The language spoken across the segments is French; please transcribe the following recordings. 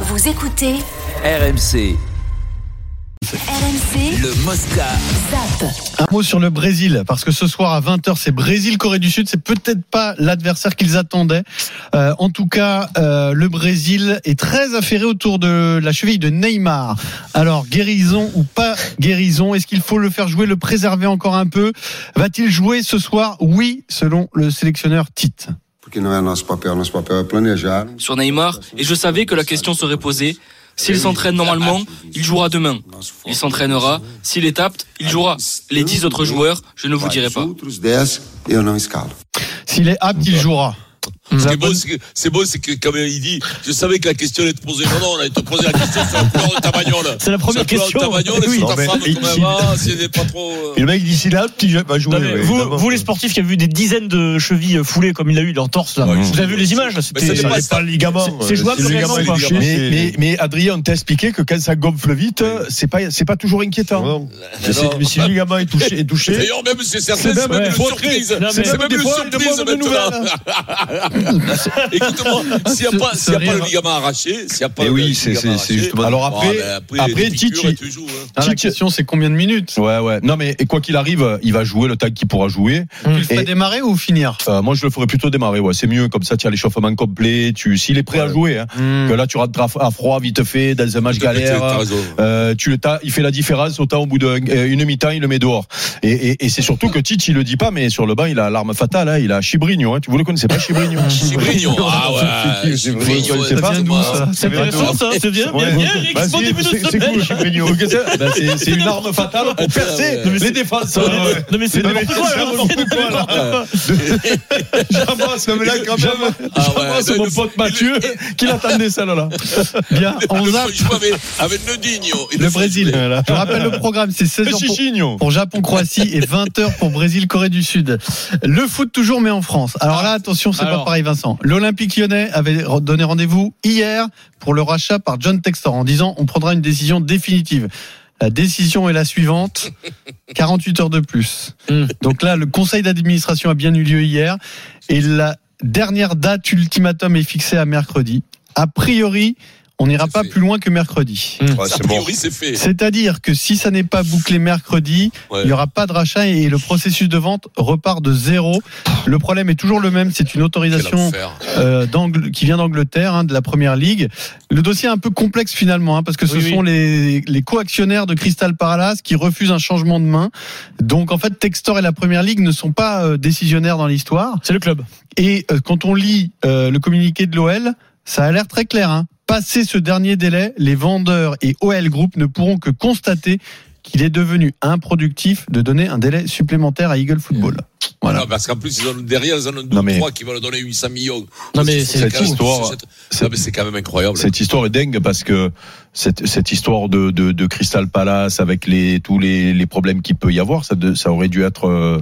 Vous écoutez RMC, RMC le Mosca. Zap. Un mot sur le Brésil, parce que ce soir à 20h, c'est Brésil-Corée du Sud. C'est peut-être pas l'adversaire qu'ils attendaient. Euh, en tout cas, euh, le Brésil est très affairé autour de la cheville de Neymar. Alors, guérison ou pas guérison, est-ce qu'il faut le faire jouer, le préserver encore un peu Va-t-il jouer ce soir Oui, selon le sélectionneur Tite. Porque não é nosso papel, nosso papel é planejar. sur Neymar et je savais que la question serait posée. S'il s'entraîne normalement, il jouera demain. Il s'entraînera. S'il est apte, il jouera. Les 10 autres joueurs, je ne vous dirai Os pas. outros 10 eu não escalo. S'il est apte, il jouera. Ce qui est beau, c'est que, c'est beau, c'est que quand même, il dit, je savais que la question allait te poser. Non, non, on allait te poser la question sur la couleur de ta bagnole. C'est la première Sur la couleur de ta question. bagnole, et Oui. sur Non, ta mais femme, il- quand même, ah, si elle n'est pas trop, euh, Et le mec d'ici là, petit jeu, va jouer. Non, mais ouais, vous, d'abord. vous, les sportifs qui avez vu des dizaines de chevilles foulées comme il a eu dans le torse, là, Ouais, vous je- avez vu les images là, Mais c'était- ça dépend- C'est pas le ligament. euh, c'est- c'est jouable Si le réellement ligament, ou il pas est Mais- ligamé, mais, c'est- mais Adrien, on t'a expliqué que quand ça gonfle vite, euh, c'est pas, c'est pas toujours inquiétant. Non. mais Mais c'est- non. mais si le ligament est touché, est touché D'ailleurs, même, c'est certain, C'est c'est même même une faux surprise. Non, mais- C'est même des une fois, il surprise, demande de maintenant. Écoute-moi, s'il n'y a pas, s'il y a pas le ligament arraché, s'il n'y a pas Eh le oui, ligament c'est- c'est- arraché, c'est justement- ah, Alors après- ben, après, des piqûres Titi- et tu joues, hein. Ah, la Tite- question, c'est combien de minutes Ouais, ouais. Non, mais et quoi qu'il arrive, euh, il va jouer le temps qu'il pourra jouer. Tu le ferais Et- démarrer ou finir Euh, moi, je le ferais plutôt démarrer. Ouais, c'est mieux comme ça. Tu as l'échauffement complet. Tu, s'il est prêt à jouer, hein, que là, tu rentres à, à froid vite fait dans un Ah, match Mm. T'as galère. raison. hein. Euh, tu le tas, il fait la différence autant au bout d'une mi-temps il le met dehors et, et, et c'est surtout que Tite il le dit pas mais sur le banc il a l'arme fatale hein, il a Chibrigno hein. tu vous le connaissez pas Chibrigno Chibrigno, ah ouais. Chibrigno, je sais ouais, pas c'est moi. C'est intéressant ça, c'est bien, bien, bien, Eric, c'est bon début de semaine. Bah, c'est c'est une arme fatale pour percer Non, mais les défenses. Non, mais- Non mais c'est Non, mais n'importe quoi, c'est là, n'importe c'est quoi, n'importe quoi. J'avance, mais là, quand même, j'avance ouais, mon le- pote Mathieu qui l'attendait celle-là. Bien, on Ah, Le zappe faut jouer avec, avec le Digno. Il le faut Brésil. jouer. Je rappelle le programme, c'est 16 Le h pour, Chichigno. pour Japon-Croatie et 20h pour Brésil-Corée du Sud. Le foot toujours, mais en France. Alors là, attention, c'est pas Alors. pareil, Vincent. L'Olympique lyonnais avait re- donné rendez-vous hier pour le rachat par John Textor en disant on prendra une décision définitive. La décision est la suivante 48 heures de plus. Hmm. Donc là, le conseil d'administration a bien eu lieu hier et la dernière date ultimatum est fixée à mercredi. A priori, on n'ira C'est pas fait. plus loin que mercredi. A priori, c'est fait. C'est-à-dire que si ça n'est pas bouclé mercredi, Ouais. il n'y aura pas de rachat et le processus de vente repart de zéro. Le problème est toujours le même, c'est une Quel autorisation enfer. euh, d'Angl- qui vient d'Angleterre, hein, de la Première Ligue. Le dossier est un peu complexe finalement, hein, parce que ce Oui, oui. sont les, les co-actionnaires de Crystal Palace qui refusent un changement de main. Donc en fait, Textor et la Première Ligue ne sont pas euh, décisionnaires dans l'histoire. C'est le club. Et euh, quand on lit euh, le communiqué de l'OL, ça a l'air très clair. Hein. Passé ce dernier délai, les vendeurs et OL Group ne pourront que constater qu'il est devenu improductif de donner un délai supplémentaire à Eagle Football. Voilà. Non, parce qu'en plus, ils ont, derrière, ils en ont deux Non, ou mais- trois qui vont leur donner 800 millions. Non, Parce mais qu'il faut c'est que fou. quelqu'un- Histoire. c'est- non, mais c'est quand même incroyable. Cette histoire est dingue parce que cette, cette histoire de, de, de Crystal Palace avec les, tous les, les problèmes qu'il peut y avoir, ça, de- ça aurait dû être euh,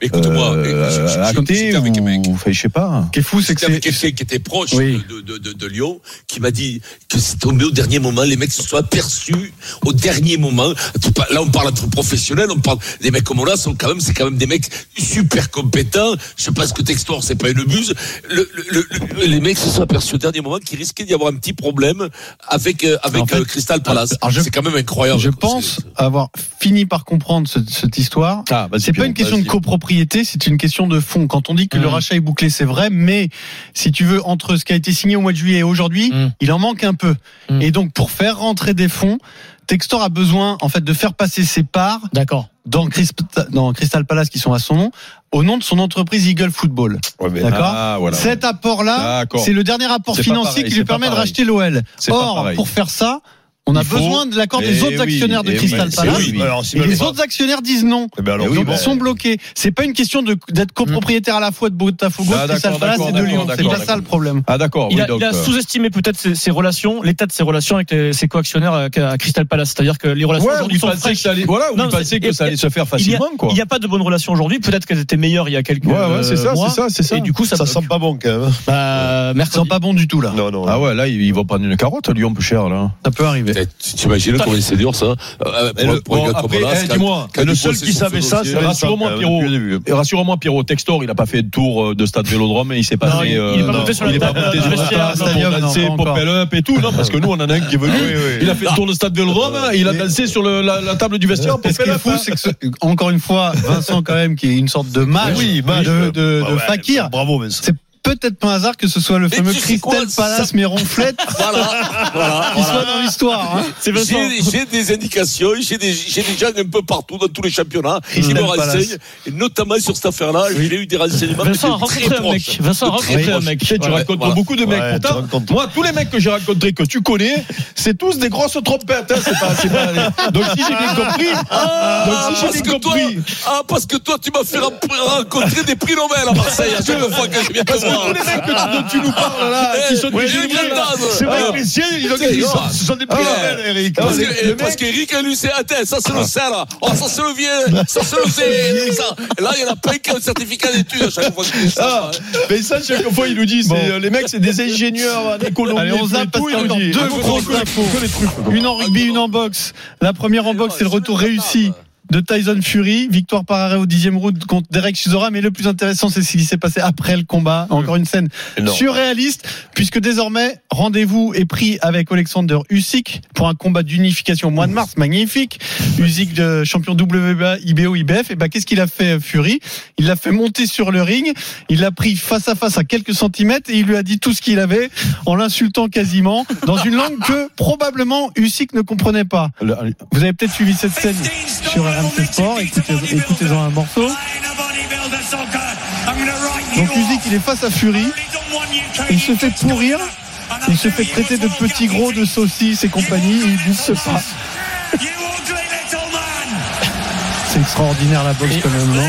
Écoute-moi, euh, écoute, je- je- acté j'étais avec un mec. ou, enfin, je sais pas. Ce qui est fou, c'est que J'étais avec c'est. quelqu'un qui était proche Oui. de, de, de, de Lyon, qui m'a dit que c'est tombé au dernier moment, les mecs se sont aperçus au dernier moment. Tout pas- Là, on parle entre professionnels, on parle des mecs comme on a, sont quand même, c'est quand même des mecs super compétents. Je pense que Textor, c'est pas une buse. Le, le, le- le- les mecs se sont aperçus au dernier moment qu'il risquait d'y avoir un petit problème avec euh, avec En fait, euh, Crystal Palace. alors je- C'est quand même incroyable. Je quoi. pense C'est- avoir fini par comprendre ce- cette histoire. Ah, vas-y, C'est pas Pierre, une question de vas-y. copropriété, c'est une question de fond. Quand on dit que le Hum. Mm. rachat est bouclé, c'est vrai, mais si tu veux, entre ce qui a été signé au mois de juillet et aujourd'hui, Hum. Mm. il en manque un peu. Mm. Et donc, pour faire rentrer des fonds, Textor a besoin, en fait, de faire passer ses parts D'accord. dans, Chris- dans Crystal Palace, qui sont à son nom, au nom de son entreprise Eagle Football. Ouais, mais- D'accord. Ah, voilà. Cet apport-là, D'accord. c'est le dernier apport C'est pas financier pareil, qui c'est lui pas permet de pareil. racheter l'OL. C'est pas Or, pareil. pour faire ça, on a Il faut- besoin de l'accord des Eh autres oui, actionnaires de eh Crystal oui, c'est Palace. oui. Alors, s'ils Et veulent les pas- autres actionnaires disent non. Eh ben alors, Donc oui, ils ben- sont bloqués. C'est pas une question de- d'être copropriétaire à la fois de Botafogo, Ah, de Crystal d'accord, Palace et de d'accord, Lyon. C'est d'accord, bien d'accord. ça le problème. Ah, d'accord. Il oui, a, donc, il a euh, sous-estimé peut-être ses, ses relations, l'état de ses relations avec les- ses co-actionnaires à, à Crystal Palace. C'est-à-dire que les relations Ouais, ou aujourd'hui il sont pensait que fraîches. ça allait, voilà, ou Non, il pensait c'est- que ça allait se faire Il n'y a, facilement, quoi. il y a pas de bonnes relations aujourd'hui. Peut-être qu'elles étaient meilleures il y a quelques Ouais, ouais, c'est ça, euh, mois. c'est ça, c'est ça. Et du coup, ça, Ça sent pas bon quand même. Bah, Ils sont mercredi. pas bons du tout là. Non, non. Ah ouais, là, ils ils vont prendre une carotte, Lyon, peu cher, là. Ça peut arriver. Eh, tu- T'imagines comment c'est dur ça Euh, Et pour- le- pour un bon, gars comme après, Bonas, eh, quand- dis-moi, quand le il seul bossait qui son savait ça, dossier, c'est rassure-moi euh, Pierrot. depuis le début. Et Rassure-moi Pierrot, Textor, il a pas fait de tour euh, de stade Vélodrome et il s'est Non, passé. il- euh, il est pas non, monté sur la il est pas table, monté euh, sur la dans le table stadium, pour non, danser, pas encore. pop up et tout, non, parce que nous on en a un qui est venu. Il a fait le tour de stade Vélodrome, Ah, il a dansé sur le- la la table du vestiaire. Et ce qui est pop-up, fou, hein. c'est que, ce- encore une fois, Vincent, quand même, qui est une sorte de mage, Oui, mage. de, de, Ah de ouais, fakir, Bravo, Vincent. c'est peut-être pas un hasard que ce soit le Et fameux tu sais quoi, Crystal Palace, ça- mais ronflette, Voilà, voilà, qui voilà. soit dans l'histoire. hein. C'est Vincent. J'ai j'ai des indications, j'ai des, j'ai des gens un peu partout dans tous les championnats qui Mmh. Crystal me Palace. renseignent, et notamment sur cette affaire-là. J'ai eu des renseignements. Vincent a mais de très rencontré un proches. mec. Vincent a De très rencontré un proches. mec. Tu sais, tu Ouais, racontes voilà. beaucoup de mecs. Ouais, Pourtant, tu racontes- moi, tous les mecs que j'ai rencontrés que tu connais, c'est tous des grosses trompettes. hein, c'est pas, c'est pas- Donc si j'ai bien compris, Ah, donc si parce j'ai que bien toi, compris, ah, parce que toi, tu m'as fait rem- rencontrer des prix Nobel à Marseille à chaque fois que je viens te voir. tous les mecs que tu- dont tu nous parles là, Eh, qui sont ouais, des j'ai eu génies, Grandin. c'est vrai Ah. que les siens, ils ont- C'est ils sont- ça. ce sont des Ah. prix Nobel, Eric. Parce Le que, euh, mec- Ah. parce qu'Eric, lui, c'est attends, ça c'est le cerf, là. Oh, ça c'est le vieux, ça c'est le vieux, ça. Et Là, il y en a plein qui ont le certificat d'études à chaque fois que je ça. Ah, mais ça, chaque fois, il nous dit, c'est, euh, les mecs, c'est des ingénieurs, euh, des colombiers, Allez, on tout et zappe tout, parce qu'il y a il nous encore dit, deux ah, grosses que les- infos. que les truffes. Une en rugby, une en boxe. La première en boxe, oh, c'est le retour réussi de Tyson Fury, victoire par arrêt au dixième round contre Derek Chisora. Mais le plus intéressant, c'est ce qui s'est passé après le combat. Encore une scène Mmh. Énorme. surréaliste, puisque désormais, rendez-vous est pris avec Alexander Usyk pour un combat d'unification au mois de mars. Magnifique. Usyk, de champion WBA, IBO, IBF. Et ben, qu'est-ce qu'il a fait, euh, Fury? Il l'a fait monter sur le ring. Il l'a pris face à face à quelques centimètres et il lui a dit tout ce qu'il avait en l'insultant quasiment dans une langue que probablement Usyk ne comprenait pas. Le- Vous avez peut-être suivi cette scène sur RMC Sport. Écoutez- Écoutez-en un morceau. Donc Usyk, il est face à Fury. Il se fait pourrir. Il se fait traiter de petit gros, de saucisse et compagnie. Et il bouffe pas. C'est extraordinaire la boxe quand même. non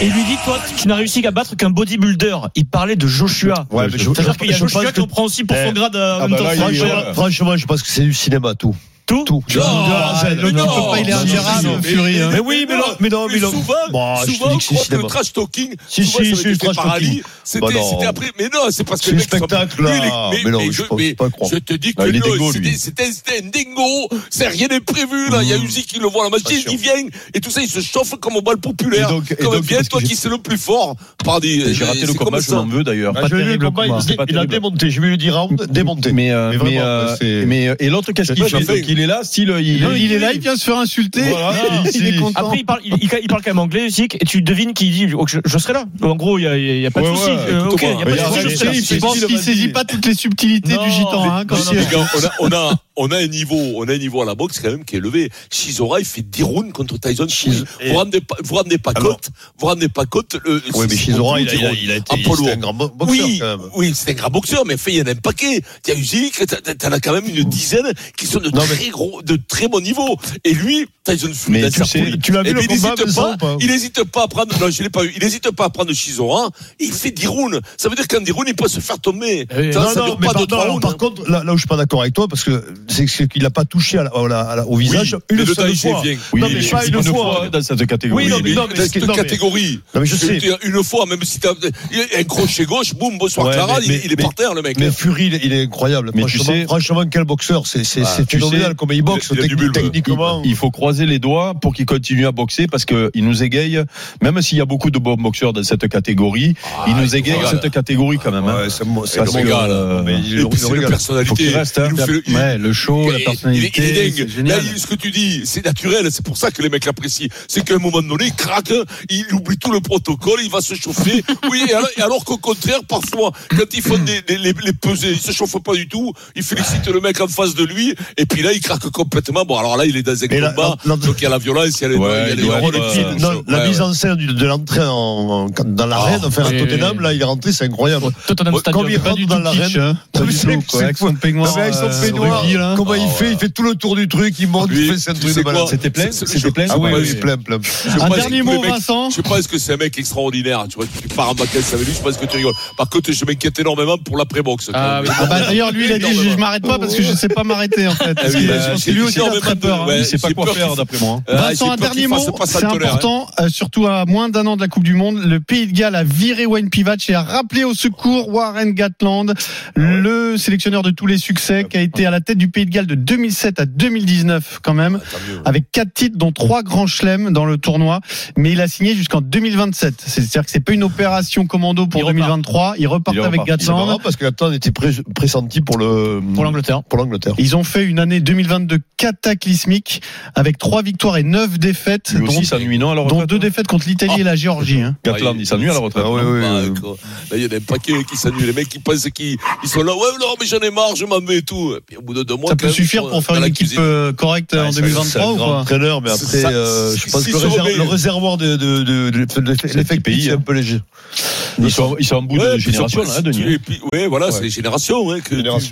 Et il lui dit, toi, tu n'as réussi qu'à battre qu'un bodybuilder. Il parlait de Joshua. Ouais, mais je- C'est-à-dire qu'il y a je pense Joshua qui que- en prend aussi pour son Eh. grade euh, en Ah même bah temps. là, il est- Franchement, ouais. Franchement, je pense que c'est du cinéma, tout. Tout. Tout. Non, Ah, mais non, non, tu peux pas, il est non, ingérable, non, non, Fury, mais- hein. Mais oui, mais non, mais non, mais non. Souvent, Bon, je te souvent, dis on que c'est croit que le cinéma. trash talking, Si, si, souvent, ça si, avait été le trash par Ali, talking. c'était Bah non. c'était après, mais non, c'est parce que C'est le le mec sont- spectacle, Lui, il est- là. mais- Mais non, mais je je- peux mais pas croire. Je te dis que Ah, il est non, dingo, c'était- lui. c'était c'était un dingo, c'est rien n'est prévu, là. Il y a Mmh. Uzi qui le voit à la machine, il vient, et tout ça, il se chauffe comme au bal populaire. Et donc- et Comme donc, bien, parce que toi j'ai- qui c'est le plus fort, pardon, J'ai raté le c'est combat, comme je ça. m'en veux d'ailleurs. Ah, Pas je l'ai vu, terrible le le combat, combat, il- c'est pas il a terrible. démonté. J'ai vu le 10 rounds, démonté. Mais, euh, Mais mais, vraiment, euh, c'est- mais, euh, et l'autre, qu'est-ce qu'il Ouais, ça fait fait. Donc il est là, style, il, Non, il est là, il vient se faire insulter. Voilà, il est ici. content. Après, il parle, il, il- il parle quand même anglais, Usyk, et tu devines qu'il dit oh, je, je serai là. En gros, il n'y a, il y a pas de Ouais, souci. ouais, Euh, écoute, ok, il y a pas ouais, de ouais, souci, je ouais, serai là. ouais, je pense qu'il saisit pas toutes les subtilités Non, du gitan. hein, quand non, il- non, Les gars, on a, on a, on a un niveau, on a un niveau à la boxe quand même qui est élevé. Chisora, il fait 10 rounds contre Tyson Fury. Vous rendez pas, vous rendez pas Alors- compte, vous rendez pas compte, le, Oui, mais c'est- Chisora, il a- dix il a rounds. il a été Un poids c'était lourd. un grand bo- boxeur, oui, quand même. oui, c'est un grand boxeur, mais fait, il y en a un paquet. T'as Usyk, t'as- t'as- t'en as quand même une dizaine qui sont de Non, mais- très gros, de très bon niveau. Et lui, Tyson Fury, Mais dans tu sa sais, folie. tu l'as vu Eh le ben, il combat, hein. hésite Vincent, ou pas il n'hésite pas à prendre, non, je l'ai pas eu, il n'hésite pas à prendre Chisora, et il fait 10 rounds. Ça veut dire qu'en 10 rounds, il peut se faire tomber. Oui. Ça, Eh Non, ça non, dure mais pas par, deux, trois non, alors, rounds. hein. par contre, là, là où je suis pas d'accord avec toi, parce que c'est c'est qu'il n'a pas touché à la- à la- à la- au visage Oui, mais une le seule Taïsé fois. vient. Oui, non, il mais est- pas c'est une fois. hein, dans cette catégorie. Oui, non, mais- mais dans ce qui- cette non, mais- catégorie. Non, mais je Je veux sais. dire, Une fois, même si t'as un crochet gauche, boum, bonsoir Ouais, Clara, mais- il, mais- il est par terre, le mec. Mais Fury, il est, il est incroyable. Mais tu franchement, sais- franchement, quel boxeur. C'est c'est- Bah, c'est tu phénoménal sais, comme il boxe il a du techni- bulbe. techniquement. Il faut croiser les doigts pour qu'il continue à boxer parce que il nous égaye, même s'il y a beaucoup de bons boxeurs dans cette catégorie, Ah, il nous égaye voilà. cette catégorie quand même. hein. Ouais, c'est mo- c'est Parce assez- que, régale. euh, Mais il- Et puis, il c'est la régale. faut personnalité. qu'il reste, hein. Il nous fait le- il- Ouais, le show, la il- il est- il est personnalité, c'est dingue. Là, génial. il- ce que tu dis, c'est naturel, c'est pour ça que les mecs l'apprécient. C'est qu'à un moment donné, il craque, il oublie tout le protocole, il va se chauffer. Oui, et alors, et alors qu'au contraire, parfois, quand ils font des, des- les, les pesées, il se chauffe pas du tout, il félicite le mec en face de lui, et puis là, il craque complètement. Bon, alors là, il est dans un Mais la- combat, la- la- donc il y a la violence, il y a les, Ouais, il y a les il doit paroles, être, et tout. euh, Non, la Ouais, Ah, mise ouais. en scène du- de l'entrée en- en- dans l'arène, enfin à oui, Tottenham, oui. là il est rentré, c'est incroyable. Tottenham Moi, Stadium. Comme il Pas du rentre tout dans l'arène, kitsch, hein. Pas Non, du mais tout, quoi, avec son peignoir, Non, Ah, mais avec son euh, peignoir, rugby, là. comment il fait Il fait tout le tour du truc, il monte, il Lui, fait c'est un tu truc sais de malade. quoi C'était plein C'est- C'était je- plein Ah Ah oui, ouais, oui, ouais. plein, Ben, plein. Je Un pense dernier que mot, le mec- Vincent. Je pense que c'est un mec extraordinaire. Tu vois, tu pars en vacances avec lui, je pense que tu rigoles. Par contre, je m'inquiète énormément pour l'après-boxe. Ah oui. Ah bah, d'ailleurs, lui, il a dit, je, je m'arrête pas parce que je sais pas m'arrêter, en fait. Parce oui, qu'il a- euh, je pense que c'est lui aussi, il a énormément très de- peur. hein. ouais, Il sait pas j'ai quoi peur faire, qu'il d'après moi. hein. Euh, Vincent, j'ai un peur qu'il dernier mot, fasse pas ça c'est tout à l'heure, hein. important, euh, surtout à moins d'un an de la Coupe du Monde. Le Pays de Galles a viré Wayne Pivac et a rappelé au secours Warren Gatland, le sélectionneur de tous les succès, qui a été à la tête du Pays de Galles de 2007 à 2019 quand même, Tant mieux. avec quatre titres dont trois grands chelems dans le tournoi, mais il a signé jusqu'en 2027. C'est-à-dire que c'est pas une opération commando pour Il repart. 2023. Il repart Il avec repart. Il Gatland. parce que Gatland était pré- pressenti pour le pour l'Angleterre. pour l'Angleterre. Ils ont fait une année 2022 cataclysmique avec trois victoires et neuf défaites, Lui aussi dont- s'ennuie, non, à la dont, retraite deux défaites contre l'Italie et la Géorgie. Ah. hein. Gatland, il s'ennuie à la retraite. Ah ouais, non ouais, Bah, ouais. quoi. Là, il y en a un paquet qui s'ennuient. Les mecs qui pensent qu'ils ils sont là. Ouais, non, mais j'en ai marre, je m'en vais et tout. Et puis au bout de deux mois, Ça quand peut même, suffire ils sont pour faire dans une la équipe cuisine. euh, correcte euh, en c'est- c'est un 2023 ou grand pas Entraîneur, mais après, Ça- euh, je pense si que le, se réserv- remet- le réservoir de, de, de, de- de- de- de- l'effectif pays, c'est hein. un peu léger. Ils sont, ils sont en bout Ouais, de puis génération, surtout, hein, là, si tu Denis. les hein. pi- ouais, voilà, c'est les générations. Hein, que tu-